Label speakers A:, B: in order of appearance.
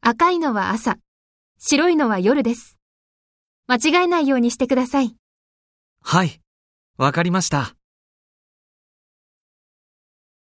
A: 赤いのは朝、白いのは夜です。間違えないようにしてください。
B: はい。わかりました。